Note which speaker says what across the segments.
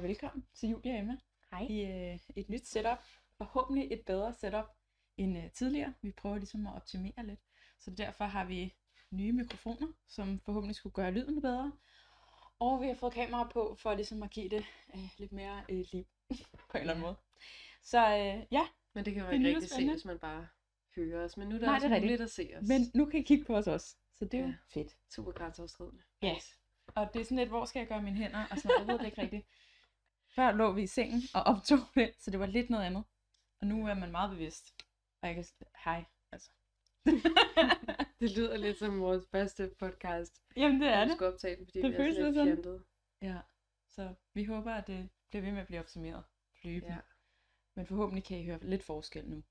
Speaker 1: velkommen til Julia Emma
Speaker 2: Hej.
Speaker 1: i øh, et nyt setup. Forhåbentlig et bedre setup end øh, tidligere. Vi prøver ligesom at optimere lidt. Så derfor har vi nye mikrofoner, som forhåbentlig skulle gøre lyden bedre. Og vi har fået kameraer på for ligesom at give det øh, lidt mere øh, liv på en eller anden
Speaker 2: Ja.
Speaker 1: måde. Så øh, ja,
Speaker 2: Men det kan jo
Speaker 1: Det
Speaker 2: ikke
Speaker 1: lyder
Speaker 2: rigtig se,
Speaker 1: spændende.
Speaker 2: hvis man bare hører os. Men nu er der
Speaker 1: Nej,
Speaker 2: Nej, også
Speaker 1: det er
Speaker 2: muligt at se os.
Speaker 1: men nu kan I kigge på os også. Så det er jo
Speaker 2: Ja.
Speaker 1: fedt.
Speaker 2: Super grænseoverskridende.
Speaker 1: Ja. Og det er sådan lidt, hvor skal jeg gøre mine hænder? Og sådan, noget. jeg ved det ikke rigtigt. Før lå vi i sengen og optog det, så det var lidt noget andet. Og nu er man meget bevidst. Og jeg kan s- hej, altså.
Speaker 2: Det lyder lidt som vores første podcast.
Speaker 1: Jamen det er
Speaker 2: Vi
Speaker 1: det.
Speaker 2: skulle optage den, fordi
Speaker 1: Det
Speaker 2: det vi er
Speaker 1: føles
Speaker 2: sådan
Speaker 1: lidt
Speaker 2: lidt
Speaker 1: sådan.
Speaker 2: fjantet.
Speaker 1: Ja, så vi håber, at det bliver ved med at blive optimeret løbende. Ja.
Speaker 2: Ja.
Speaker 1: Men forhåbentlig kan I høre lidt forskel nu.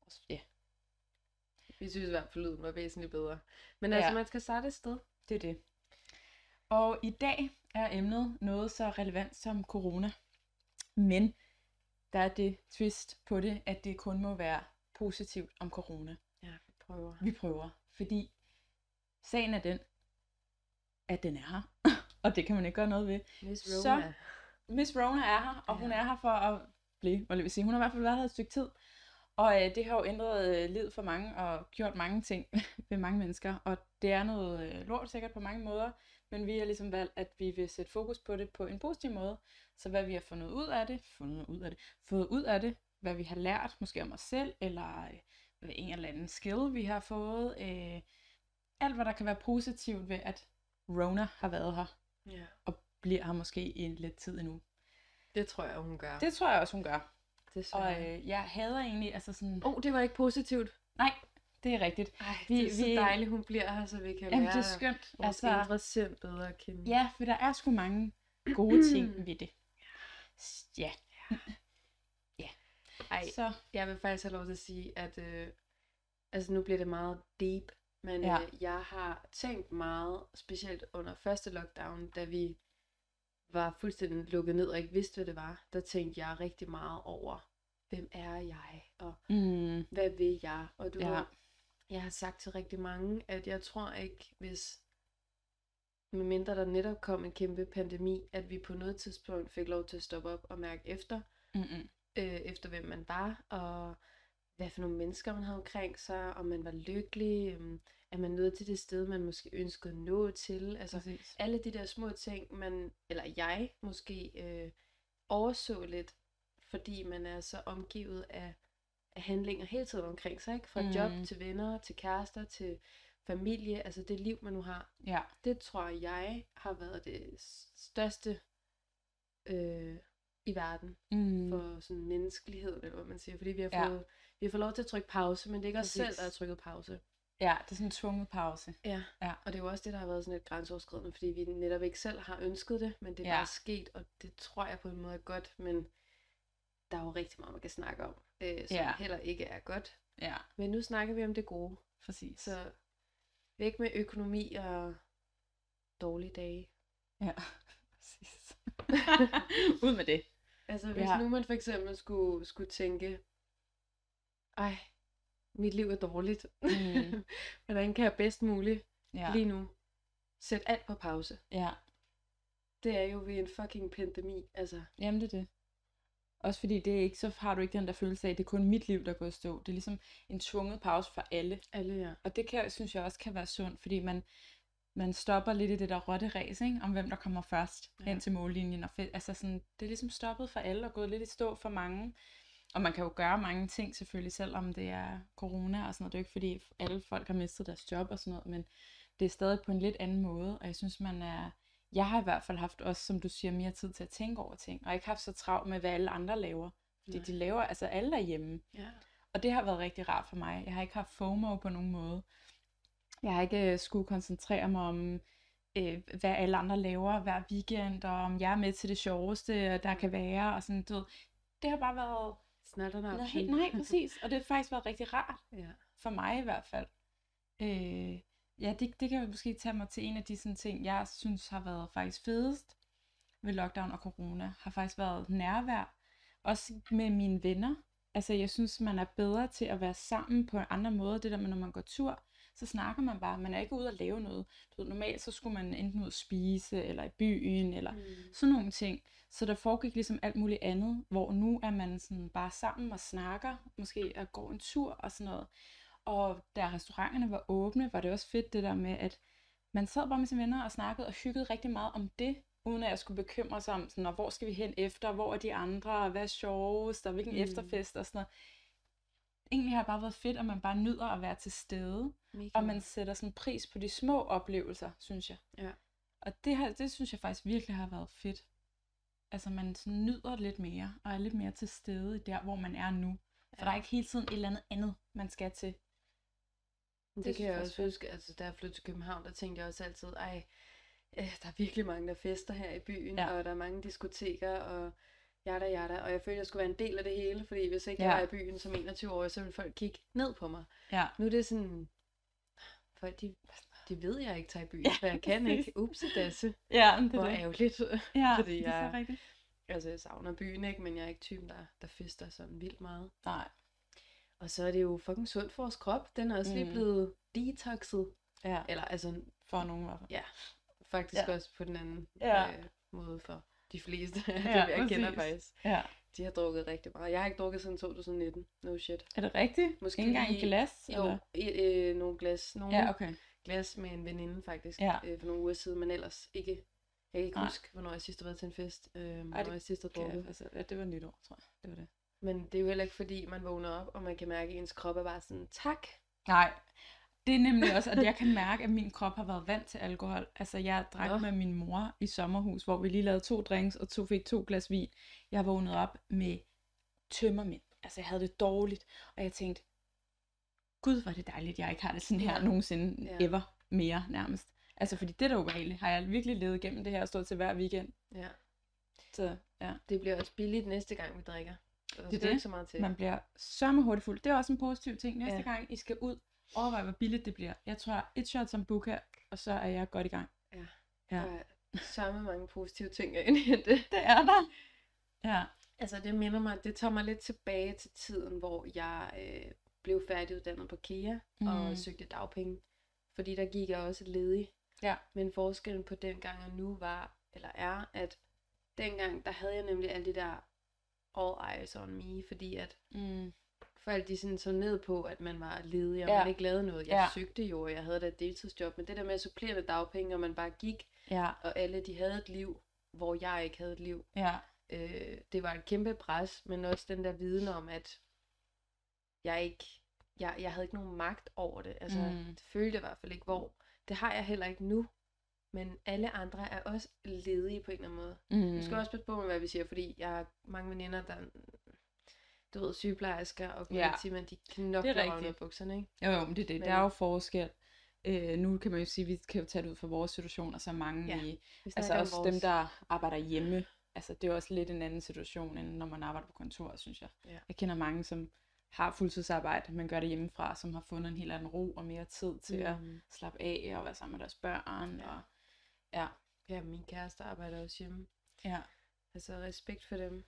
Speaker 1: Og s- Ja,
Speaker 2: Vi synes i hvert fald, lyden var væsentligt bedre. Men altså,
Speaker 1: Ja.
Speaker 2: man skal starte et sted.
Speaker 1: det er det. Og i dag er emnet noget så relevant som corona. Men der er det twist på det, at det kun må være positivt om corona.
Speaker 2: Ja, vi prøver.
Speaker 1: Vi prøver, fordi sagen er den, at den er her, og det kan man ikke gøre noget ved.
Speaker 2: Miss
Speaker 1: Så-
Speaker 2: Roma.
Speaker 1: Miss Rona er her, og
Speaker 2: Ja.
Speaker 1: hun er her for at blive, hvad vil jeg sige, hun har i hvert fald været her et stykke tid, og øh, det har jo ændret øh, livet for mange, og gjort mange ting ved mange mennesker, og det er noget øh, lort sikkert på mange måder, men vi har ligesom valgt, at vi vil sætte fokus på det på en positiv måde, så hvad vi har fundet ud af det, fundet ud af det, fået ud af det, hvad vi har lært, måske om os selv, eller øh, en eller anden skill, vi har fået, øh, alt hvad der kan være positivt ved, at Rona har været her,
Speaker 2: Ja.
Speaker 1: og bliver her måske i lidt tid endnu.
Speaker 2: Det tror jeg, hun gør.
Speaker 1: Det tror jeg også, hun gør. Og
Speaker 2: Desværre.
Speaker 1: øh, jeg hader egentlig, altså sådan...
Speaker 2: Åh, oh, det var ikke positivt.
Speaker 1: Nej, det er rigtigt.
Speaker 2: Ej,
Speaker 1: Vi-
Speaker 2: vi, det er så
Speaker 1: vi-
Speaker 2: dejligt, hun bliver her, så vi kan
Speaker 1: Jamen,
Speaker 2: lære
Speaker 1: det er skønt.
Speaker 2: vores altså...
Speaker 1: Altså,
Speaker 2: indre sind bedre at kende.
Speaker 1: ja, for der er sgu mange gode ting ved det. S- Ja,
Speaker 2: Ej,
Speaker 1: så...
Speaker 2: Jeg vil faktisk have lov til at sige, at øh, altså nu bliver det meget deep, men
Speaker 1: Ja.
Speaker 2: ja. øh, jeg har tænkt meget, specielt under første lockdown, da vi var fuldstændig lukket ned og ikke vidste, hvad det var, der tænkte jeg rigtig meget over, hvem er jeg, og
Speaker 1: Mm,
Speaker 2: hvad vil jeg? Og du
Speaker 1: Ja.
Speaker 2: ja. ved, jeg har sagt til rigtig mange, at jeg tror ikke, hvis medmindre der netop kom en kæmpe pandemi, at vi på noget tidspunkt fik lov til at stoppe op og mærke efter,
Speaker 1: mm, mm.
Speaker 2: øh, efter hvem man var, og hvad for nogle mennesker man havde omkring sig, om man var lykkelig, øh, er man nået til det sted, man måske ønskede at nå til. Altså
Speaker 1: Præcis.
Speaker 2: alle de der små ting, man, eller jeg måske øh, overså lidt, fordi man er så omgivet af, af handlinger hele tiden omkring sig, ikke? fra mm.
Speaker 1: Mm.
Speaker 2: job til venner, til kærester, til familie, altså det liv, man nu har,
Speaker 1: Ja,
Speaker 2: det tror jeg har været det s- største øh, i verden
Speaker 1: mm,
Speaker 2: for sådan menneskeligheden, eller hvad man siger. Fordi vi har
Speaker 1: Ja.
Speaker 2: fået, vi har fået lov til at trykke pause, men det er ikke os
Speaker 1: Præcis.
Speaker 2: selv, der har trykket pause.
Speaker 1: ja, det er sådan en tvunget pause.
Speaker 2: Ja.
Speaker 1: Ja.
Speaker 2: Og det er jo også det, der har været sådan lidt grænseoverskridende, fordi vi netop ikke selv har ønsket det, men det er
Speaker 1: Ja.
Speaker 2: ja. bare sket, og det tror jeg på en måde er godt, men der er jo rigtig meget, man kan snakke om, øh, som
Speaker 1: Ja.
Speaker 2: ja. heller ikke er godt.
Speaker 1: Ja,
Speaker 2: Men nu snakker vi om det gode,
Speaker 1: præcis.
Speaker 2: så væk med økonomi og dårlige dage.
Speaker 1: Ja, præcis. Ud med det.
Speaker 2: Altså hvis
Speaker 1: Ja.
Speaker 2: ja. nu man for eksempel skulle, skulle tænke, ej, mit liv er dårligt.
Speaker 1: Mm.
Speaker 2: Hvordan kan jeg bedst muligt
Speaker 1: Ja,
Speaker 2: ja. lige nu sætte alt på pause?
Speaker 1: ja.
Speaker 2: Det er jo ved en fucking pandemi, altså.
Speaker 1: Jamen det er det. Også fordi det er ikke, så har du ikke den der følelse af, at det er kun mit liv, der går i stå. Det er ligesom en tvunget pause for alle.
Speaker 2: Alle ja.
Speaker 1: Og det kan, synes jeg også kan være sundt, fordi man, man stopper lidt i det der rotte race, ikke? om hvem der kommer først ja.
Speaker 2: Ja.
Speaker 1: hen til mållinjen. Og fe- altså sådan, det er ligesom stoppet for alle og gået lidt i stå for mange. Og man kan jo gøre mange ting selvfølgelig, selvom det er corona og sådan noget. Det er jo ikke fordi alle folk har mistet deres job og sådan noget, men det er stadig på en lidt anden måde. Og jeg synes, man er... Jeg har i hvert fald haft også, som du siger, mere tid til at tænke over ting. Og ikke haft så travlt med, hvad alle andre laver. Fordi
Speaker 2: Nej.
Speaker 1: de laver, altså alle derhjemme.
Speaker 2: ja.
Speaker 1: Og det har været rigtig rart for mig. Jeg har ikke haft FOMO på nogen måde. Jeg har ikke øh, skulle koncentrere mig om, øh, hvad alle andre laver hver weekend, og om jeg er med til det sjoveste, der kan være, og sådan, du ved. Det har bare været
Speaker 2: Snart
Speaker 1: noget helt, nej, præcis. Og det har faktisk været rigtig rart,
Speaker 2: ja.
Speaker 1: for mig i hvert fald. Øh, ja, det, det kan jo måske tage mig til en af de sådan ting, jeg synes har været faktisk fedest ved lockdown og corona, har faktisk været nærvær, også med mine venner. Altså, jeg synes, man er bedre til at være sammen på en anden måde. Det der med, når man går tur, så snakker man bare. Man er ikke ude at lave noget. Du ved, normalt så skulle man enten ud at spise, eller i byen, eller
Speaker 2: Mm.
Speaker 1: sådan nogle ting. Så der foregik ligesom alt muligt andet, hvor nu er man sådan bare sammen og snakker, måske og går en tur og sådan noget. Og da restauranterne var åbne, var det også fedt det der med, at man sad bare med sine venner og snakkede og hyggede rigtig meget om det, uden at jeg skulle bekymre sig om, sådan, "Nå, hvor skal vi hen efter, hvor er de andre, og hvad er sjovest, og hvilken
Speaker 2: Mm.
Speaker 1: mm. efterfest og sådan noget. Egentlig har det bare været fedt, at man bare nyder at være til stede.
Speaker 2: Mega.
Speaker 1: Og man sætter sådan pris på de små oplevelser, synes jeg.
Speaker 2: Ja.
Speaker 1: Og det, her, det synes jeg faktisk virkelig har været fedt. Altså man sådan nyder lidt mere, og er lidt mere til stede der, hvor man er nu. For
Speaker 2: Ja.
Speaker 1: der er ikke hele tiden et eller andet andet, man skal til.
Speaker 2: Det, det
Speaker 1: Det
Speaker 2: kan
Speaker 1: synes
Speaker 2: jeg
Speaker 1: jeg
Speaker 2: også huske, altså da jeg flyttede til København, der tænkte jeg også altid, ej, øh, der er virkelig mange, der fester her i byen, ja.
Speaker 1: Ja.
Speaker 2: og der er mange diskoteker, og jada jada, og jeg følte, jeg skulle være en del af det hele, fordi hvis ikke ja.
Speaker 1: Ja.
Speaker 2: jeg var i byen som 21-årig, så ville folk kigge ned på mig.
Speaker 1: Ja.
Speaker 2: Nu er det sådan, folk, de, de ved, jeg ikke tager i byen, ja,
Speaker 1: Ja,
Speaker 2: for jeg kan
Speaker 1: præcis.
Speaker 2: ikke. Upsidasse,
Speaker 1: Ja, men det
Speaker 2: hvor
Speaker 1: er det.
Speaker 2: ærgerligt.
Speaker 1: Ja,
Speaker 2: fordi
Speaker 1: det er
Speaker 2: jeg-
Speaker 1: så rigtigt.
Speaker 2: altså, jeg savner byen, ikke, men jeg er ikke typen, der, der fester sådan vildt meget.
Speaker 1: Nej.
Speaker 2: Og så er det jo fucking sundt for vores krop. Den er også lige
Speaker 1: Mm.
Speaker 2: blevet detoxet.
Speaker 1: Ja,
Speaker 2: Eller altså
Speaker 1: for nogen i hvert fald.
Speaker 2: faktisk ja.
Speaker 1: Ja.
Speaker 2: også på den anden ja.
Speaker 1: Ja.
Speaker 2: øh, måde for de fleste af ja,
Speaker 1: Ja,
Speaker 2: dem, jeg kender
Speaker 1: præcis.
Speaker 2: faktisk.
Speaker 1: Ja.
Speaker 2: De har drukket rigtig meget. Jeg har ikke drukket siden 2019. No shit.
Speaker 1: Er det rigtigt?
Speaker 2: Måske
Speaker 1: Måske ikke engang
Speaker 2: lige-
Speaker 1: et glas?
Speaker 2: Jo, i, øh, nogle glas, nogle
Speaker 1: Ja, okay.
Speaker 2: glas med en veninde faktisk
Speaker 1: Ja.
Speaker 2: øh, for nogle uger siden, men ellers ikke. Jeg kan ikke
Speaker 1: Nej.
Speaker 2: huske, hvornår jeg sidst har været til en fest, øh, hvornår
Speaker 1: det
Speaker 2: jeg sidst har drukket.
Speaker 1: Okay, altså, ja, det var nytår, tror jeg. Det var det.
Speaker 2: Men det er jo heller ikke fordi, man vågner op, og man kan mærke, at ens krop er bare sådan, tak.
Speaker 1: Nej, det er nemlig også, at jeg kan mærke, at min krop har været vant til alkohol. Altså, jeg drak
Speaker 2: Nå.
Speaker 1: Nå. med min mor i sommerhus, hvor vi lige lavede to drinks og to, fik to glas vin. Jeg vågnede op med tømmermænd. Altså, jeg havde det dårligt, og jeg tænkte, gud, hvor er det dejligt, jeg ikke har det sådan her
Speaker 2: Ja.
Speaker 1: nogensinde
Speaker 2: Ja.
Speaker 1: ever mere nærmest. Altså, fordi det der er ubehageligt, har jeg virkelig levet igennem det her og stået til hver weekend.
Speaker 2: Ja.
Speaker 1: Så ja,
Speaker 2: Det bliver også billigt næste gang, vi drikker. Så Der
Speaker 1: Det er
Speaker 2: skal
Speaker 1: det.
Speaker 2: ikke så meget til.
Speaker 1: man bliver sørme hurtigt fuld. Det er også en positiv ting. Næste
Speaker 2: Ja.
Speaker 1: ja. gang, I skal ud, overvej, hvor billigt det bliver. Jeg tror, et shot som buka, og så er jeg godt i gang.
Speaker 2: Der
Speaker 1: Ja.
Speaker 2: er sørme mange positive ting at indhente.
Speaker 1: Det er der. Ja.
Speaker 2: Altså det minder mig, det tager mig lidt tilbage til tiden, hvor jeg øh, blev færdiguddannet på KEA og
Speaker 1: Mhm.
Speaker 2: søgte dagpenge. Fordi der gik jeg også ledig.
Speaker 1: Ja.
Speaker 2: Men forskellen på dengang og nu var, eller er, at dengang, der havde jeg nemlig alle de der all eyes on me, fordi at
Speaker 1: Mm.
Speaker 2: folk de sådan så ned på, at man var ledig, og ja.
Speaker 1: Ja.
Speaker 2: man ikke lavede noget. Jeg ja.
Speaker 1: Ja.
Speaker 2: søgte jo, og jeg havde da et deltidsjob, men det der med at supplere med dagpenge, og man bare gik,
Speaker 1: Ja,
Speaker 2: og alle de havde et liv, hvor jeg ikke havde et liv,
Speaker 1: ja,
Speaker 2: øh, det var et kæmpe pres, men også den der viden om, at jeg ikke, jeg, jeg havde ikke nogen magt over det. Altså, mm.
Speaker 1: Mm.
Speaker 2: det følte jeg i hvert fald ikke, hvor. Det har jeg heller ikke nu. Men alle andre er også ledige på en eller anden måde. Mm.
Speaker 1: mm.
Speaker 2: Vi skal også passe på med, hvad vi siger, fordi jeg har mange veninder, der du ved, sygeplejersker og
Speaker 1: Ja.
Speaker 2: politimænd, ja. de knokler
Speaker 1: Det er
Speaker 2: røven
Speaker 1: rigtigt.
Speaker 2: ud af bukserne, ikke?
Speaker 1: Jo, jo, men det er det.
Speaker 2: Men-
Speaker 1: Der er jo forskel. Øh, nu kan man jo sige, at vi kan jo tage det ud fra vores situation, og så mange
Speaker 2: Ja,
Speaker 1: ja, i,
Speaker 2: Vi
Speaker 1: altså
Speaker 2: snakker om
Speaker 1: også vores... dem, der arbejder hjemme. Altså det er jo også lidt en anden situation, end når man arbejder på kontor, synes jeg.
Speaker 2: Ja.
Speaker 1: Jeg kender mange, som har fuldtidsarbejde, men gør det hjemmefra, som har fundet en helt anden ro og mere tid til mm. at
Speaker 2: Mm.
Speaker 1: slappe af og være sammen med deres børn.
Speaker 2: Ja.
Speaker 1: Ja. Og... Ja,
Speaker 2: Ja, min kæreste arbejder også hjemme.
Speaker 1: ja,
Speaker 2: Altså respekt for dem.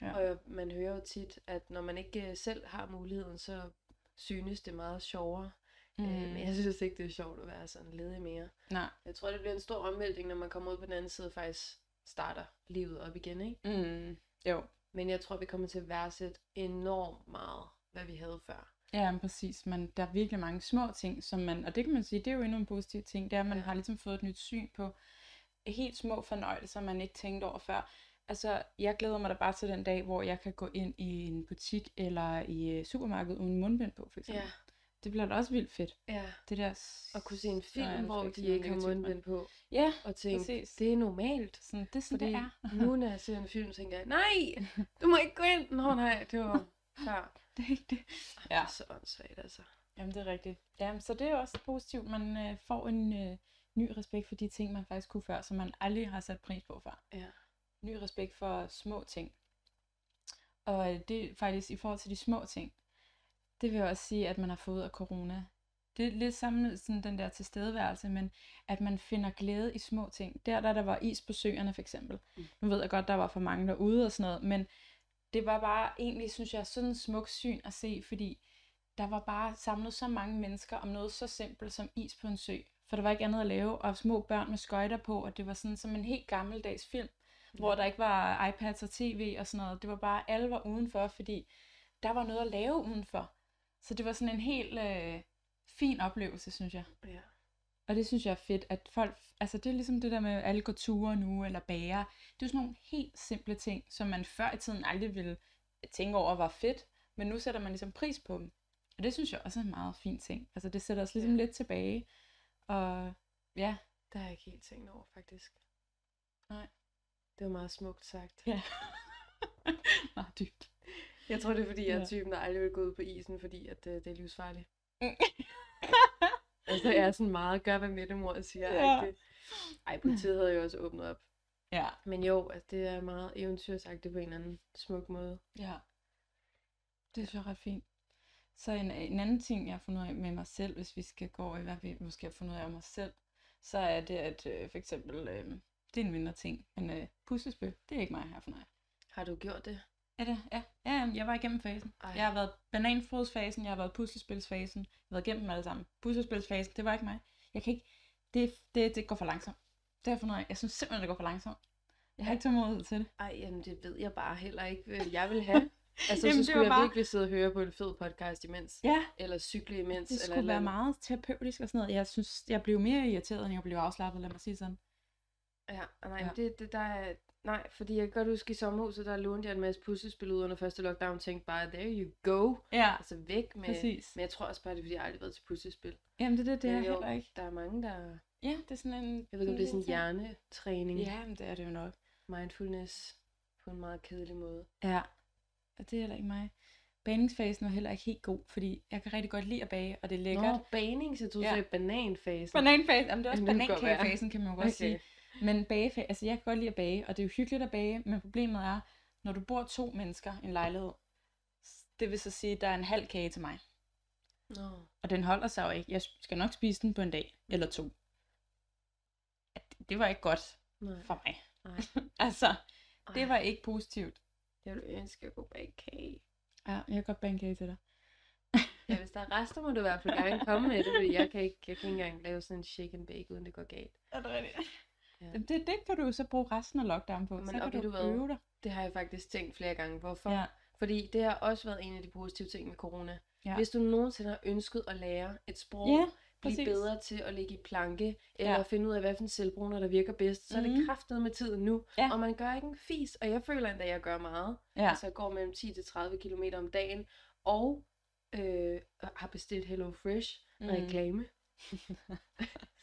Speaker 2: Ja.
Speaker 1: Ja.
Speaker 2: Og jeg- man hører jo tit, at når man ikke øh, selv har muligheden, så synes det meget sjovere. Mm. Øh, men jeg synes ikke, det er sjovt at være sådan ledig mere.
Speaker 1: Nej.
Speaker 2: Jeg tror, det bliver en stor omvæltning, når man kommer ud på den anden side og faktisk starter livet op igen. Ikke?
Speaker 1: Mm. Jo,
Speaker 2: Men jeg tror, vi kommer til at værdsætte enormt meget, hvad vi havde før.
Speaker 1: Ja, men præcis. Man, der er virkelig mange små ting, som man, og det kan man sige, det er jo endnu en positiv ting, det er, at man
Speaker 2: Ja.
Speaker 1: har ligesom fået et nyt syn på helt små fornøjelser, man ikke tænkte over før. Altså, jeg glæder mig da bare til den dag, hvor jeg kan gå ind i en butik eller i øh, supermarkedet uden mundbind på, for eksempel.
Speaker 2: Ja,
Speaker 1: Det bliver da også vildt fedt.
Speaker 2: ja.
Speaker 1: Det der...
Speaker 2: Og kunne se en
Speaker 1: så er der
Speaker 2: film, hvor
Speaker 1: måske
Speaker 2: de
Speaker 1: noget
Speaker 2: ikke har
Speaker 1: negativt, men-
Speaker 2: mundbind på,
Speaker 1: Ja,
Speaker 2: og tænke,
Speaker 1: Præcis.
Speaker 2: det er normalt.
Speaker 1: sådan, det er sådan,
Speaker 2: Fordi
Speaker 1: det er.
Speaker 2: nu, når jeg ser en film, tænker jeg, nej, du må ikke gå ind. Nå nej, det var før.
Speaker 1: Det er ikke det.
Speaker 2: Ja. Det
Speaker 1: Ja.
Speaker 2: er så åndssvagt, altså.
Speaker 1: Jamen, det er rigtigt. Jamen, så det er også positivt. Man øh, får en øh, ny respekt for de ting, man faktisk kunne før, som man aldrig har sat pris på før.
Speaker 2: Ja.
Speaker 1: Ny respekt for små ting. Og øh, det er faktisk i forhold til de små ting, det vil jeg også sige, at man har fået af corona. Det er lidt samme sådan den der tilstedeværelse, men at man finder glæde i små ting. Der, der, der var is på søerne for eksempel.
Speaker 2: Mm.
Speaker 1: Mm. Nu ved jeg godt, der var for mange derude og sådan noget, men det var bare egentlig, synes jeg, sådan en smuk syn at se, fordi der var bare samlet så mange mennesker om noget så simpelt som is på en sø. For der var ikke andet at lave, og små børn med skøjter på, og det var sådan som en helt gammeldags film, ja. hvor der ikke var iPads og tv og sådan noget. Det var bare, alle var udenfor, fordi der var noget at lave udenfor. Så det var sådan en helt øh, fin oplevelse, synes jeg.
Speaker 2: Ja.
Speaker 1: Og det synes jeg er fedt, at folk, altså det er ligesom det der med, at alle går ture nu, eller bager. Det er jo sådan nogle helt simple ting, som man før i tiden aldrig ville tænke over var fedt, men nu sætter man ligesom pris på dem. Og det synes jeg også er en meget fin ting. Altså det sætter os ligesom
Speaker 2: Ja.
Speaker 1: lidt tilbage. Og ja,
Speaker 2: Det har jeg ikke helt tænkt over, faktisk.
Speaker 1: Nej.
Speaker 2: Det var meget smukt sagt.
Speaker 1: Ja. meget dybt.
Speaker 2: Jeg tror, det er, fordi jeg er
Speaker 1: Ja.
Speaker 2: typen, der aldrig vil gå ud på isen, fordi at, øh, det er livsfarligt.
Speaker 1: Mm.
Speaker 2: altså, jeg er sådan meget, gør hvad Mette mor siger.
Speaker 1: Ja.
Speaker 2: Ja. Ej, politiet havde jo også åbnet op.
Speaker 1: Ja.
Speaker 2: Men jo, altså, det er meget eventyrsagtigt på en eller anden smuk måde.
Speaker 1: Ja. Det synes jeg er ret fint. Så en, en anden ting, jeg har fundet ud af med mig selv, hvis vi skal gå over i, hvad vi måske har fundet ud af om os selv, så er det, at øh, for eksempel, øh, det er en mindre ting, men øh, puslespil, det er ikke mig her for mig.
Speaker 2: Har du gjort det?
Speaker 1: Er det? Ja. ja, jamen, jeg var igennem fasen.
Speaker 2: Ej.
Speaker 1: Jeg har været bananfrodsfasen, jeg har været puslespilsfasen, jeg har været igennem dem alle sammen. Puslespilsfasen, det var ikke mig. Jeg kan ikke, det, det, det går for langsomt. Det har jeg fundet ud af. Jeg synes simpelthen, det går for langsomt. Jeg har ikke tålmodighed til det.
Speaker 2: Ej, jamen, det ved jeg bare heller ikke, hvad jeg vil have. Altså,
Speaker 1: Jamen,
Speaker 2: jamen,
Speaker 1: det
Speaker 2: så skulle
Speaker 1: var
Speaker 2: jeg
Speaker 1: bare-
Speaker 2: bare... virkelig sidde og høre på en fed podcast imens.
Speaker 1: Ja,
Speaker 2: Eller cykle imens.
Speaker 1: Det
Speaker 2: eller
Speaker 1: skulle
Speaker 2: et
Speaker 1: være
Speaker 2: eller
Speaker 1: meget terapeutisk og sådan noget. Jeg synes, jeg blev mere irriteret, end jeg blev afslappet, lad mig sige sådan.
Speaker 2: Ja, og nej,
Speaker 1: Ja.
Speaker 2: ja. Det, det der er... Nej, fordi jeg kan godt huske i sommerhuset, der lånte jeg en masse puslespil ud under første lockdown, og tænkte bare, there you go.
Speaker 1: Ja,
Speaker 2: Altså væk med...
Speaker 1: præcis.
Speaker 2: Men jeg tror også bare, det er, fordi jeg aldrig har været til puslespil.
Speaker 1: Jamen det, er det, det
Speaker 2: Men
Speaker 1: er jeg
Speaker 2: jo,
Speaker 1: heller ikke.
Speaker 2: Der er mange, der...
Speaker 1: Ja, det er sådan en...
Speaker 2: Jeg ved ikke, om det er sådan en
Speaker 1: lille
Speaker 2: hjernetræning.
Speaker 1: ting. Ja, men det er det jo nok.
Speaker 2: Mindfulness på en meget kedelig måde.
Speaker 1: Ja, og det er heller ikke mig. Baningsfasen var heller ikke helt god, fordi jeg kan rigtig godt lide at bage, og det er lækkert.
Speaker 2: Nå, baning, så du
Speaker 1: Ja.
Speaker 2: ja. sagde bananfasen.
Speaker 1: Bananfasen, jamen det er også
Speaker 2: Det kan godt være.
Speaker 1: banankagefasen, kan man jo godt okay. sige. Men bagefa- altså jeg kan godt lide at bage, og det er jo hyggeligt at bage, men problemet er, når du bor to mennesker i en lejlighed, det vil så sige, at der er en halv kage til mig.
Speaker 2: Nå.
Speaker 1: Og den holder sig jo ikke. Jeg skal nok spise den på en dag eller to. At det- Det var ikke godt
Speaker 2: Nej.
Speaker 1: for mig.
Speaker 2: Nej.
Speaker 1: altså,
Speaker 2: Ej,
Speaker 1: det var ikke positivt.
Speaker 2: Jeg ville ønske, at jeg kunne bage kage.
Speaker 1: Ja, jeg kan godt bage en kage til dig.
Speaker 2: Ja, hvis der er rester, må du i hvert fald gerne komme med det, fordi jeg kan ikke, jeg kan ikke engang lave sådan en shake and bake, uden det går galt.
Speaker 1: Er det rigtigt?
Speaker 2: Ja.
Speaker 1: Det, det kan du jo så bruge resten af lockdown på.
Speaker 2: Men
Speaker 1: så kan
Speaker 2: og ved
Speaker 1: du
Speaker 2: du hvad?
Speaker 1: øve dig.
Speaker 2: Det har jeg faktisk tænkt flere gange. Hvorfor?
Speaker 1: Ja.
Speaker 2: Fordi det har også været en af de positive ting med corona.
Speaker 1: Ja.
Speaker 2: Ja. Hvis du nogensinde har ønsket at lære et sprog,
Speaker 1: Ja,
Speaker 2: ja, blive
Speaker 1: præcis.
Speaker 2: bedre til at ligge i planke, eller
Speaker 1: Ja.
Speaker 2: ja. finde ud af, hvad for en selvbruner, der virker bedst, så mm. er
Speaker 1: Mhm.
Speaker 2: det kraftet med tiden nu.
Speaker 1: Ja.
Speaker 2: Og man gør ikke en fis, og jeg føler endda, at jeg gør meget.
Speaker 1: Ja.
Speaker 2: Altså jeg går mellem 10-30 km om dagen, og øh, har bestilt Hello Fresh
Speaker 1: Mm.
Speaker 2: mm. reklame.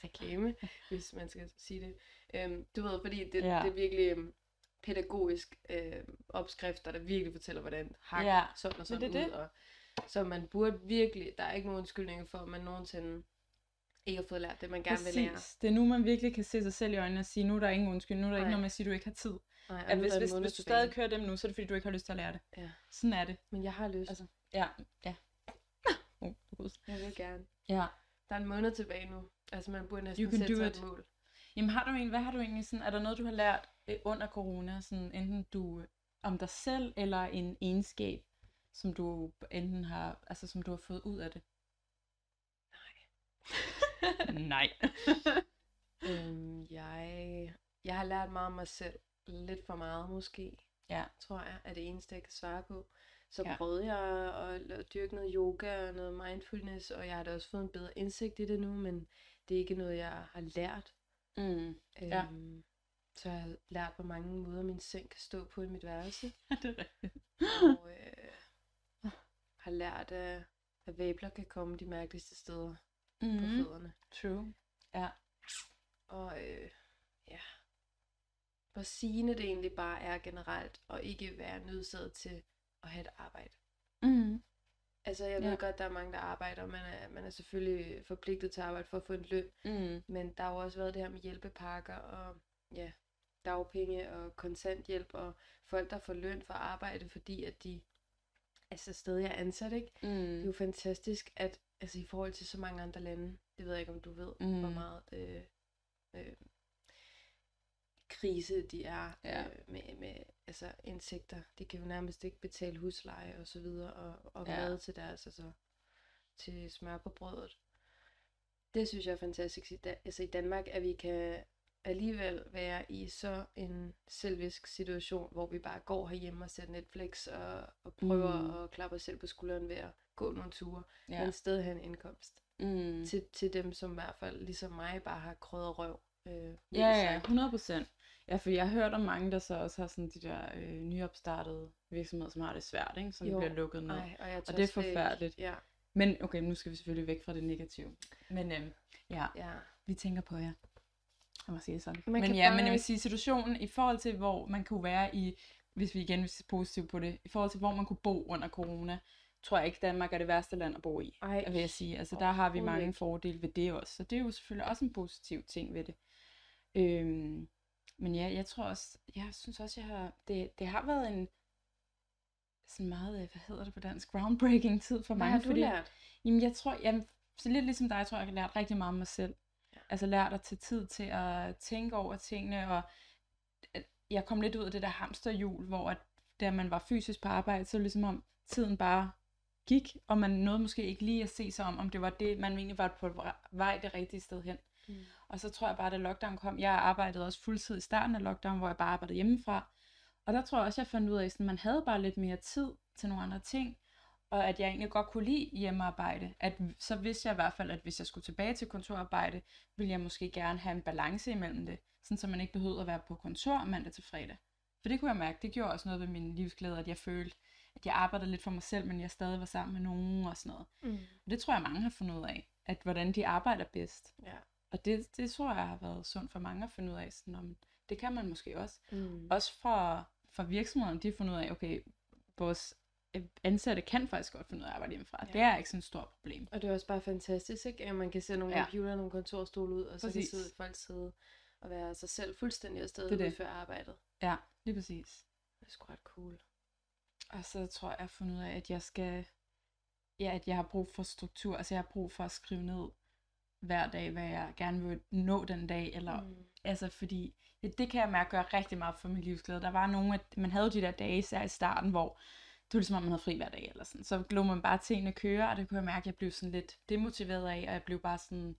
Speaker 2: reklame, hvis man skal sige det. Øhm, du ved, fordi det,
Speaker 1: Ja.
Speaker 2: ja. det er virkelig øhm, pædagogisk øh, opskrifter, der virkelig fortæller, hvordan hak
Speaker 1: Ja,
Speaker 2: ja. sådan og
Speaker 1: men
Speaker 2: sådan
Speaker 1: det er
Speaker 2: ud.
Speaker 1: det.
Speaker 2: Og, så man burde virkelig, der er ikke nogen undskyldninger for, at man nogensinde ikke har fået lært det, man gerne vil lære.
Speaker 1: Præcis. Det er nu, man virkelig kan se sig selv i øjnene og sige, nu er der ingen undskyld, nu er der ikke
Speaker 2: Nej.
Speaker 1: noget med at sige, du ikke har tid.
Speaker 2: Nej, og
Speaker 1: At
Speaker 2: nu er
Speaker 1: hvis,
Speaker 2: der en
Speaker 1: hvis,
Speaker 2: måned
Speaker 1: hvis du
Speaker 2: tilbage.
Speaker 1: stadig kører dem nu, så er det fordi, du ikke har lyst til at lære det.
Speaker 2: Ja.
Speaker 1: Sådan er det.
Speaker 2: Men jeg har lyst.
Speaker 1: Altså-
Speaker 2: Altså...
Speaker 1: Ja, ja. Oh, gud.
Speaker 2: Jeg vil gerne.
Speaker 1: ja.
Speaker 2: Der er en måned tilbage nu. Altså man burde næsten
Speaker 1: can
Speaker 2: sætte
Speaker 1: do
Speaker 2: sig
Speaker 1: it.
Speaker 2: et mål.
Speaker 1: Jamen har du egentlig, hvad har du egentlig sådan, er der noget, du har lært øh, under corona, sådan enten du øh, om dig selv, eller en egenskab, som du enten har, altså som du har fået ud af det? Nej.
Speaker 2: Øhm, jeg, jeg har lært meget om mig selv. Lidt for meget måske.
Speaker 1: Ja.
Speaker 2: Tror jeg, er det eneste, jeg kan svare på. Så
Speaker 1: Ja.
Speaker 2: ja. prøvede jeg at la- dyrke noget yoga og noget mindfulness, og jeg har da også fået en bedre indsigt i det nu, men det er ikke noget, jeg har lært.
Speaker 1: Mm.
Speaker 2: Øhm,
Speaker 1: Ja.
Speaker 2: Så jeg har lært, hvor mange måder min seng kan stå på i mit værelse.
Speaker 1: det er rigtigt.
Speaker 2: Og øh, har lært, øh, at væbler kan komme de mærkeligste steder mm. på
Speaker 1: Mm.
Speaker 2: fødderne.
Speaker 1: True.
Speaker 2: Og øh, ja, hvor sigende det egentlig bare er generelt, og ikke være nødsaget til at have et arbejde.
Speaker 1: Mm.
Speaker 2: Altså jeg
Speaker 1: Ja.
Speaker 2: ved ja. godt, der er mange, der arbejder, og man er, man er selvfølgelig forpligtet til at arbejde for at få en løn,
Speaker 1: Mm.
Speaker 2: men der har jo også været det her med hjælpepakker og ja, dagpenge og kontanthjælp, og folk, der får løn for at arbejde, fordi at de altså stadig er ansat, ikke? Det er
Speaker 1: Mm.
Speaker 2: jo fantastisk, at altså i forhold til så mange andre lande, det ved jeg ikke, om du ved,
Speaker 1: Mm.
Speaker 2: mm. hvor meget øh, øh, krise de er
Speaker 1: Ja.
Speaker 2: øh, med, med altså insekter. De kan jo nærmest ikke betale husleje og så videre, og, og
Speaker 1: Ja.
Speaker 2: mad til deres, altså til smør på brødet. Det synes jeg er fantastisk. I, da- altså i Danmark, at vi kan alligevel være i så en selvisk situation, hvor vi bare går herhjemme og ser Netflix og, og prøver
Speaker 1: Mm.
Speaker 2: mm. at klappe os selv på skulderen ved at gå nogle ture, ja.
Speaker 1: Ja.
Speaker 2: men stadig have en indkomst
Speaker 1: Mm.
Speaker 2: til, til dem, som i hvert fald ligesom mig bare har krødder røv. Øh,
Speaker 1: Ja, ja, 100 procent. Ja, for jeg har hørt om mange, der så også har sådan de der øh, nyopstartede virksomheder, som har det svært, ikke? som jo.
Speaker 2: Jo.
Speaker 1: bliver lukket ned. Ej.
Speaker 2: Nej, og, jeg
Speaker 1: Og
Speaker 2: tør
Speaker 1: det er
Speaker 2: slet ikke-
Speaker 1: forfærdeligt.
Speaker 2: Ja,
Speaker 1: Men okay, nu skal vi selvfølgelig væk fra det negative. Men øhm, ja,
Speaker 2: ja.
Speaker 1: vi tænker på jer. Jeg må sige det sådan.
Speaker 2: Man
Speaker 1: men
Speaker 2: kan
Speaker 1: ja,
Speaker 2: bare
Speaker 1: men jeg vil
Speaker 2: ikke-
Speaker 1: sige, situationen i forhold til, hvor man kunne være i, hvis vi igen vil se positivt på det, i forhold til, hvor man kunne bo under corona, tror jeg ikke, Danmark er det værste land at bo i.
Speaker 2: Ej,
Speaker 1: vil jeg sige. Altså, der har vi
Speaker 2: overhovedet
Speaker 1: mange
Speaker 2: ikke.
Speaker 1: fordele ved det også. Så det er jo selvfølgelig også en positiv ting ved det. Øhm, men ja, jeg tror også, jeg synes også, jeg har, det, det har været en sådan meget, øh, hvad hedder det på dansk, groundbreaking tid for
Speaker 2: Hvad
Speaker 1: mange.
Speaker 2: har du
Speaker 1: fordi,
Speaker 2: lært?
Speaker 1: Jamen, jeg tror, jamen, så lidt ligesom dig, tror jeg, jeg har lært rigtig meget om mig selv.
Speaker 2: Ja.
Speaker 1: Altså lært at tage tid til at tænke over tingene, og at jeg kom lidt ud af det der hamsterhjul, hvor at, da man var fysisk på arbejde, så var det ligesom om tiden bare gik, og man nåede måske ikke lige at se sig om, om det var det, man egentlig var på vej det rigtige sted hen.
Speaker 2: Mm.
Speaker 1: Og så tror jeg bare, da lockdown kom, jeg arbejdede også fuldtid i starten af lockdown, hvor jeg bare arbejdede hjemmefra. Og der tror jeg også, jeg fandt ud af, at man havde bare lidt mere tid til nogle andre ting, og at jeg egentlig godt kunne lide hjemmearbejde. At, så vidste jeg i hvert fald, at hvis jeg skulle tilbage til kontorarbejde, ville jeg måske gerne have en balance imellem det, sådan så man ikke behøvede at være på kontor mandag til fredag. For det kunne jeg mærke, det gjorde også noget ved min livsglæde, at jeg følte, at jeg arbejdede lidt for mig selv, men jeg stadig var sammen med nogen og sådan noget.
Speaker 2: Mm.
Speaker 1: Og det tror jeg, mange har fundet ud af, at hvordan de arbejder bedst.
Speaker 2: Ja.
Speaker 1: Og det, det tror jeg har været sundt for mange at finde ud af, sådan om, det kan man måske også.
Speaker 2: Mm.
Speaker 1: Også for, for virksomhederne, de har fundet ud af, okay, vores øh, ansatte kan faktisk godt finde ud af at arbejde hjemmefra. Ja.
Speaker 2: Ja.
Speaker 1: Det er ikke sådan et stort problem.
Speaker 2: Og det er også bare fantastisk, ikke? at man kan sætte nogle
Speaker 1: Ja.
Speaker 2: ja. computer og nogle kontorstole ud, og så
Speaker 1: Præcis.
Speaker 2: kan sidde folk sidde og være sig selv fuldstændig afsted
Speaker 1: Det er
Speaker 2: og
Speaker 1: det.
Speaker 2: udføre arbejdet.
Speaker 1: Ja, lige præcis.
Speaker 2: Det er sgu ret cool.
Speaker 1: Og så tror jeg, jeg har fundet ud af, at jeg skal, ja, at jeg har brug for struktur. Altså jeg har brug for at skrive ned hver dag, hvad jeg gerne vil nå den dag, eller
Speaker 2: Mm.
Speaker 1: Altså, fordi ja, det kan jeg mærke gør rigtig meget for min livsglæde. Der var nogle, at man havde de der dage, især i starten, hvor det var ligesom, om man havde fri hver dag eller sådan. Så lå man bare tingene køre, og det kunne jeg mærke, at jeg blev sådan lidt demotiveret af, og jeg blev bare sådan,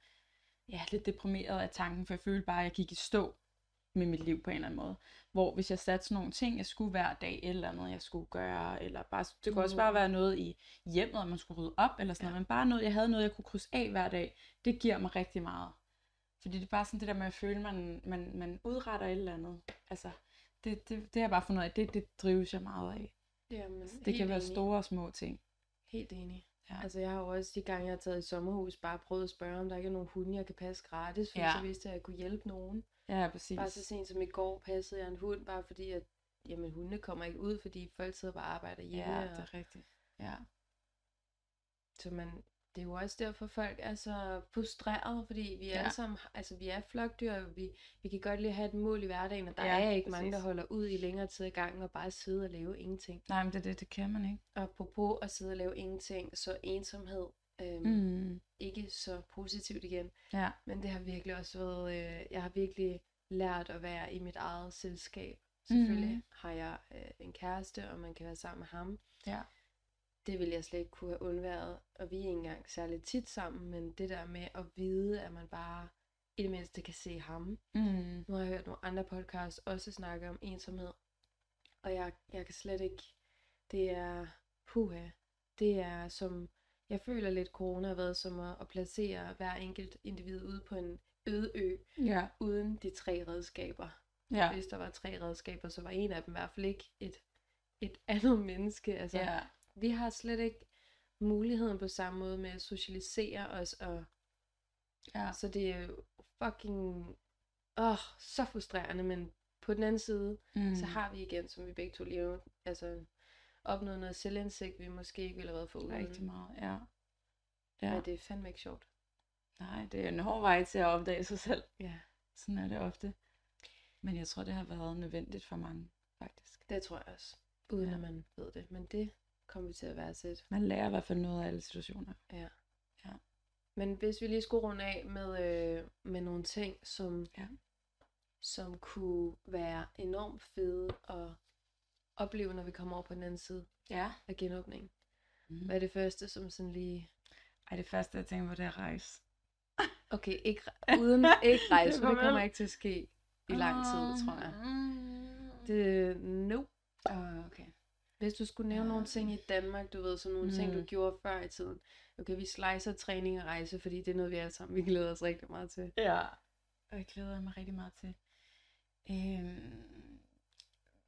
Speaker 1: ja, lidt deprimeret af tanken, for jeg følte bare, at jeg gik i stå med mit liv på en eller anden måde. Hvor hvis jeg satte sådan nogle ting, jeg skulle hver dag, eller noget, jeg skulle gøre, eller bare, det kunne også
Speaker 2: Mhm.
Speaker 1: bare være noget i hjemmet, at man skulle rydde op, eller sådan ja.
Speaker 2: Ja.
Speaker 1: noget, men bare noget, jeg havde noget, jeg kunne krydse af hver dag, det giver mig rigtig meget. Fordi det er bare sådan det der med at føle, man, man, man udretter et eller andet. Altså, det, det, det har jeg bare fundet ud af, det, det drives jeg meget af.
Speaker 2: Jamen,
Speaker 1: Så det
Speaker 2: Altså, helt
Speaker 1: kan være
Speaker 2: enig.
Speaker 1: store og små ting.
Speaker 2: Helt enig.
Speaker 1: Ja.
Speaker 2: Ja. Altså jeg har jo også de gange, jeg har taget i sommerhus, bare prøvet at spørge, om der ikke er nogen hunde, jeg kan passe gratis, fordi
Speaker 1: Ja.
Speaker 2: ja. så vidste jeg, at jeg kunne hjælpe nogen.
Speaker 1: Ja, ja, præcis.
Speaker 2: Bare så sent som i går passede jeg en hund, bare fordi, at jamen, hunde kommer ikke ud, fordi folk sidder bare og arbejder hjemme.
Speaker 1: ja,
Speaker 2: og-
Speaker 1: det er rigtigt. Ja,
Speaker 2: Så man, det er jo også derfor, folk er så frustrerede, fordi vi er
Speaker 1: Ja.
Speaker 2: ja. alle sammen, altså vi er flokdyr, og vi, vi kan godt lige have et mål i hverdagen, og der
Speaker 1: Ja,
Speaker 2: ja, er ikke mange, der
Speaker 1: præcis.
Speaker 2: holder ud i længere tid ad gangen og bare sidde og lave ingenting.
Speaker 1: nej, men det, det, det kan man ikke.
Speaker 2: Og apropos at sidde og lave ingenting, så ensomhed, øhm, mm.
Speaker 1: Mm.
Speaker 2: ikke så positivt igen,
Speaker 1: Ja,
Speaker 2: men det har virkelig også været, øh, jeg har virkelig lært at være i mit eget selskab.
Speaker 1: Mhm.
Speaker 2: Selvfølgelig mm. har jeg øh, en kæreste, og man kan være sammen med ham,
Speaker 1: ja.
Speaker 2: det ville jeg slet ikke kunne have undværet. Og vi er ikke engang særlig tit sammen, men det der med at vide, at man bare i det mindste kan se ham.
Speaker 1: Mm.
Speaker 2: Nu har jeg hørt nogle andre podcasts også snakke om ensomhed. Og jeg, jeg kan slet ikke... Det er... Puha. Det er som... Jeg føler lidt, corona har været som at, at placere hver enkelt individ ude på en øde ø,
Speaker 1: Ja,
Speaker 2: uden de tre redskaber
Speaker 1: ja.
Speaker 2: hvis der var tre redskaber, så var en af dem i hvert fald ikke et, et andet menneske. Altså,
Speaker 1: Ja.
Speaker 2: Vi har slet ikke muligheden på samme måde med at socialisere os. Og,
Speaker 1: Ja.
Speaker 2: Så det er jo fucking åh, så frustrerende, men på den anden side,
Speaker 1: Mm.
Speaker 2: mm. så har vi igen, som vi begge to lige har- altså, opnået noget selvindsigt, vi måske ikke ville have været for
Speaker 1: rigtig
Speaker 2: uden.
Speaker 1: meget, ja. Ja,
Speaker 2: Men det øh, er fandme ikke sjovt.
Speaker 1: nej, det er en hård vej til at opdage sig selv.
Speaker 2: Ja,
Speaker 1: Sådan er det ofte. Men jeg tror, det har været nødvendigt for mange, faktisk.
Speaker 2: det tror jeg også. Uden
Speaker 1: Ja.
Speaker 2: ja. at man ved det. Men det kommer vi til at værdsætte.
Speaker 1: Man lærer i hvert fald noget af alle situationer.
Speaker 2: Men hvis vi lige skulle runde af med, øh, med nogle ting, som,
Speaker 1: Ja.
Speaker 2: som kunne være enormt fede at opleve, når vi kommer over på den anden side
Speaker 1: Ja.
Speaker 2: af genåbningen.
Speaker 1: Mm.
Speaker 2: Hvad er det første, som sådan lige
Speaker 1: Ej, det første, jeg tænker på, det er at rejse.
Speaker 2: Okay, ikke, re- uden, ikke rejse,
Speaker 1: Det
Speaker 2: for det
Speaker 1: kommer-
Speaker 2: kommer ikke til at ske i lang tid,
Speaker 1: Ah.
Speaker 2: tror jeg. Ah. Det, nope. Ah,
Speaker 1: Oh, okay.
Speaker 2: Hvis du skulle nævne nogle ting i Danmark, du ved, som nogle ting, du
Speaker 1: Ah. Mm.
Speaker 2: gjorde før i tiden. Okay, vi slicer træning og rejse, fordi det er noget, vi alle sammen vi glæder os rigtig meget til.
Speaker 1: Ja. Og jeg glæder mig rigtig meget til. Øhm,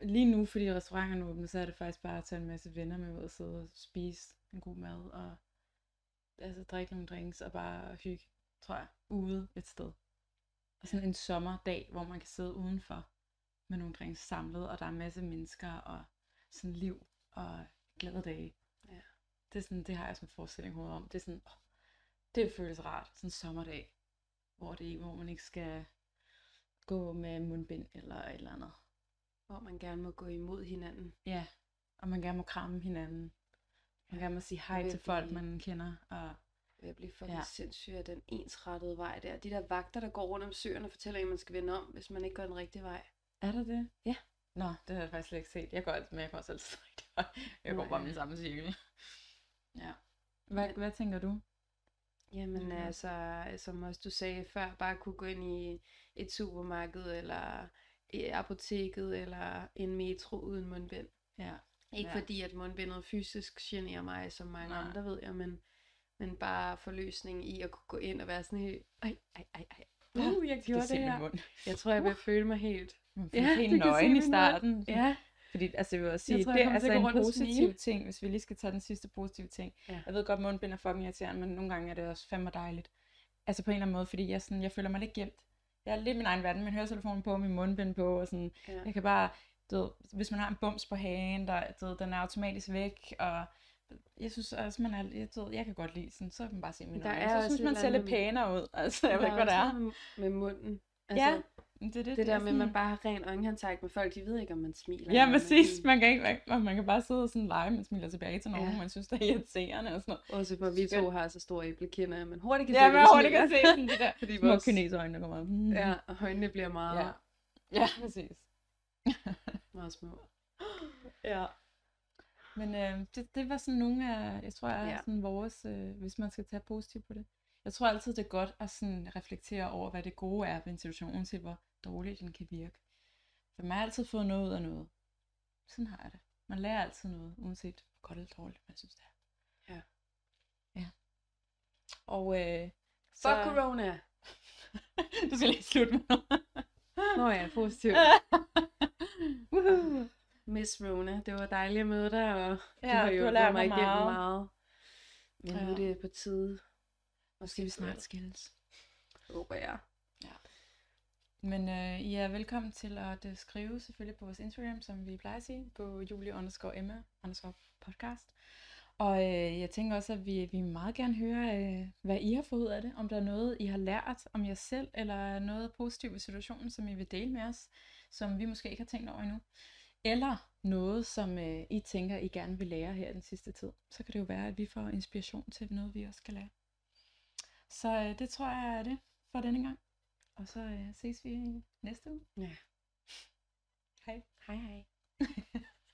Speaker 1: lige nu, fordi restauranterne er åbne, så er det faktisk bare at tage en masse venner med ud og sidde og spise en god mad og altså, drikke nogle drinks og bare hygge, tror jeg, ude et sted. Og sådan en sommerdag, hvor man kan sidde udenfor med nogle drinks samlet, og der er en masse mennesker og sådan liv og glade dage.
Speaker 2: Ja.
Speaker 1: Det, er sådan, det har jeg som forestilling i hovedet om. Det er sådan, åh, det føles rart, sådan en sommerdag hvor, det, hvor man ikke skal gå med mundbind eller et eller andet.
Speaker 2: Hvor man gerne må gå imod hinanden.
Speaker 1: Ja, og man gerne må kramme hinanden. Man
Speaker 2: Ja,
Speaker 1: gerne må sige hej
Speaker 2: vil
Speaker 1: til folk,
Speaker 2: blive-
Speaker 1: man kender. Og...
Speaker 2: Jeg bliver fucking
Speaker 1: Ja.
Speaker 2: ja. sindssyg af den ensrettede vej der. De der vagter, der går rundt om søerne og fortæller en, man skal vende om, hvis man ikke går den rigtige vej.
Speaker 1: Er der det?
Speaker 2: Ja.
Speaker 1: Nå, det har jeg faktisk slet ikke set. Jeg går altid med, jeg går også altid rigtig meget. Jeg
Speaker 2: Nå,
Speaker 1: går bare
Speaker 2: ja.
Speaker 1: med samme cirkel. Ja. Hvad,
Speaker 2: Men-
Speaker 1: hvad tænker du?
Speaker 2: Jamen
Speaker 1: Mhm.
Speaker 2: mm. altså, som også du sagde før, bare kunne gå ind i et supermarked, eller i apoteket, eller en metro uden mundbind.
Speaker 1: Ja.
Speaker 2: Ikke
Speaker 1: Ja.
Speaker 2: ja. fordi, at mundbindet fysisk generer mig, som mange
Speaker 1: Nej.
Speaker 2: Nej. andre ved jeg, men, men bare forløsningen i at kunne gå ind og være sådan helt, ej, ej, ej, ej.
Speaker 1: Uh, jeg gjorde det, det her.
Speaker 2: her. Jeg tror, jeg vil føle mig helt.
Speaker 1: Man
Speaker 2: Ja,
Speaker 1: ja,
Speaker 2: du
Speaker 1: helt
Speaker 2: kan se
Speaker 1: nøgen i
Speaker 2: min mund.
Speaker 1: starten.
Speaker 2: Uh. Ja.
Speaker 1: Fordi altså, jeg vil også sige,
Speaker 2: tror, jeg
Speaker 1: tror, det er
Speaker 2: kommer til
Speaker 1: altså
Speaker 2: at gå
Speaker 1: en
Speaker 2: rundt og
Speaker 1: positiv
Speaker 2: smile.
Speaker 1: ting, hvis vi lige skal tage den sidste positive ting.
Speaker 2: Ja.
Speaker 1: Jeg ved godt, mundbind er fucking irriterende, men nogle gange er det også fandme dejligt. Altså på en eller anden måde, fordi jeg, sådan, jeg føler mig lidt gemt. Jeg er lidt i min egen verden, min høretelefonen på, min mundbind på, og sådan,
Speaker 2: ja.
Speaker 1: jeg kan bare, du ved, hvis man har en bums på hagen, der, du ved, den er automatisk væk, og jeg synes også, man er, jeg, ved, jeg kan godt lide sådan, så kan man bare se min
Speaker 2: Der
Speaker 1: øjne.
Speaker 2: er
Speaker 1: Så
Speaker 2: også
Speaker 1: synes
Speaker 2: et
Speaker 1: man
Speaker 2: eller
Speaker 1: ser lidt
Speaker 2: andet med-
Speaker 1: pænere ud, altså jeg ved
Speaker 2: Der
Speaker 1: ikke, hvad det
Speaker 2: også
Speaker 1: er.
Speaker 2: noget Med munden.
Speaker 1: Ja,
Speaker 2: Altså, ja.
Speaker 1: Men Det, er
Speaker 2: Det der
Speaker 1: er
Speaker 2: med, at
Speaker 1: sådan-
Speaker 2: man bare har ren øjenkontakt med folk, de ved ikke, om man smiler.
Speaker 1: Ja,
Speaker 2: eller om man
Speaker 1: præcis.
Speaker 2: sådan-
Speaker 1: Man kan, ikke, man, og man kan bare sidde og sådan lege, man smiler tilbage til nogen,
Speaker 2: Ja.
Speaker 1: man synes, det er irriterende og sådan noget.
Speaker 2: Også for vi to
Speaker 1: Skønt.
Speaker 2: har så store æblekinder, men hurtigt kan
Speaker 1: Ja,
Speaker 2: se,
Speaker 1: men
Speaker 2: vi
Speaker 1: hurtigt kan se
Speaker 2: smiler.
Speaker 1: sådan de der
Speaker 2: Fordi
Speaker 1: små
Speaker 2: vores...
Speaker 1: kineserøjne, der kommer Mm. op. Mm.
Speaker 2: Ja, og øjnene bliver meget,
Speaker 1: ja.
Speaker 2: ja.
Speaker 1: ja, præcis.
Speaker 2: meget små.
Speaker 1: Ja. Men øh, det, det var sådan nogle af, jeg tror, er
Speaker 2: Ja.
Speaker 1: sådan vores, øh, hvis man skal tage positivt på det. Jeg tror altid, det er godt at sådan reflektere over, hvad det gode er ved en situation, uanset hvor dårligt den kan virke. For man har altid fået noget ud af noget. Sådan har jeg det. Man lærer altid noget, uanset hvor godt eller dårligt, man synes det er.
Speaker 2: Ja.
Speaker 1: Ja. Og øh,
Speaker 2: Så... Fuck corona!
Speaker 1: du skal lige slutte med noget.
Speaker 2: Nå ja, positivt.
Speaker 1: Woohoo.
Speaker 2: Miss Rona, det var dejligt at møde dig, og
Speaker 1: Ja,
Speaker 2: du har jo hjulpet mig igennem
Speaker 1: meget.
Speaker 2: meget. Men nu
Speaker 1: Ja.
Speaker 2: er det på tide.
Speaker 1: Og skal vi snart skilles.
Speaker 2: Håber jeg.
Speaker 1: Men øh, I er velkommen til at øh, skrive selvfølgelig på vores Instagram, som vi plejer at sige, på julie underscore emma underscore podcast. Og øh, jeg tænker også, at vi, vi vil meget gerne høre, øh, hvad I har fået ud af det. Om der er noget, I har lært om jer selv, eller noget positivt ved situationen, som I vil dele med os, som vi måske ikke har tænkt over endnu. Eller noget, som øh, I tænker, I gerne vil lære her den sidste tid. Så kan det jo være, at vi får inspiration til noget, vi også skal lære. Så øh, det tror jeg er det for denne gang. Og så øh, ses vi næste uge.
Speaker 2: Ja.
Speaker 1: Hej.
Speaker 2: Hej hej.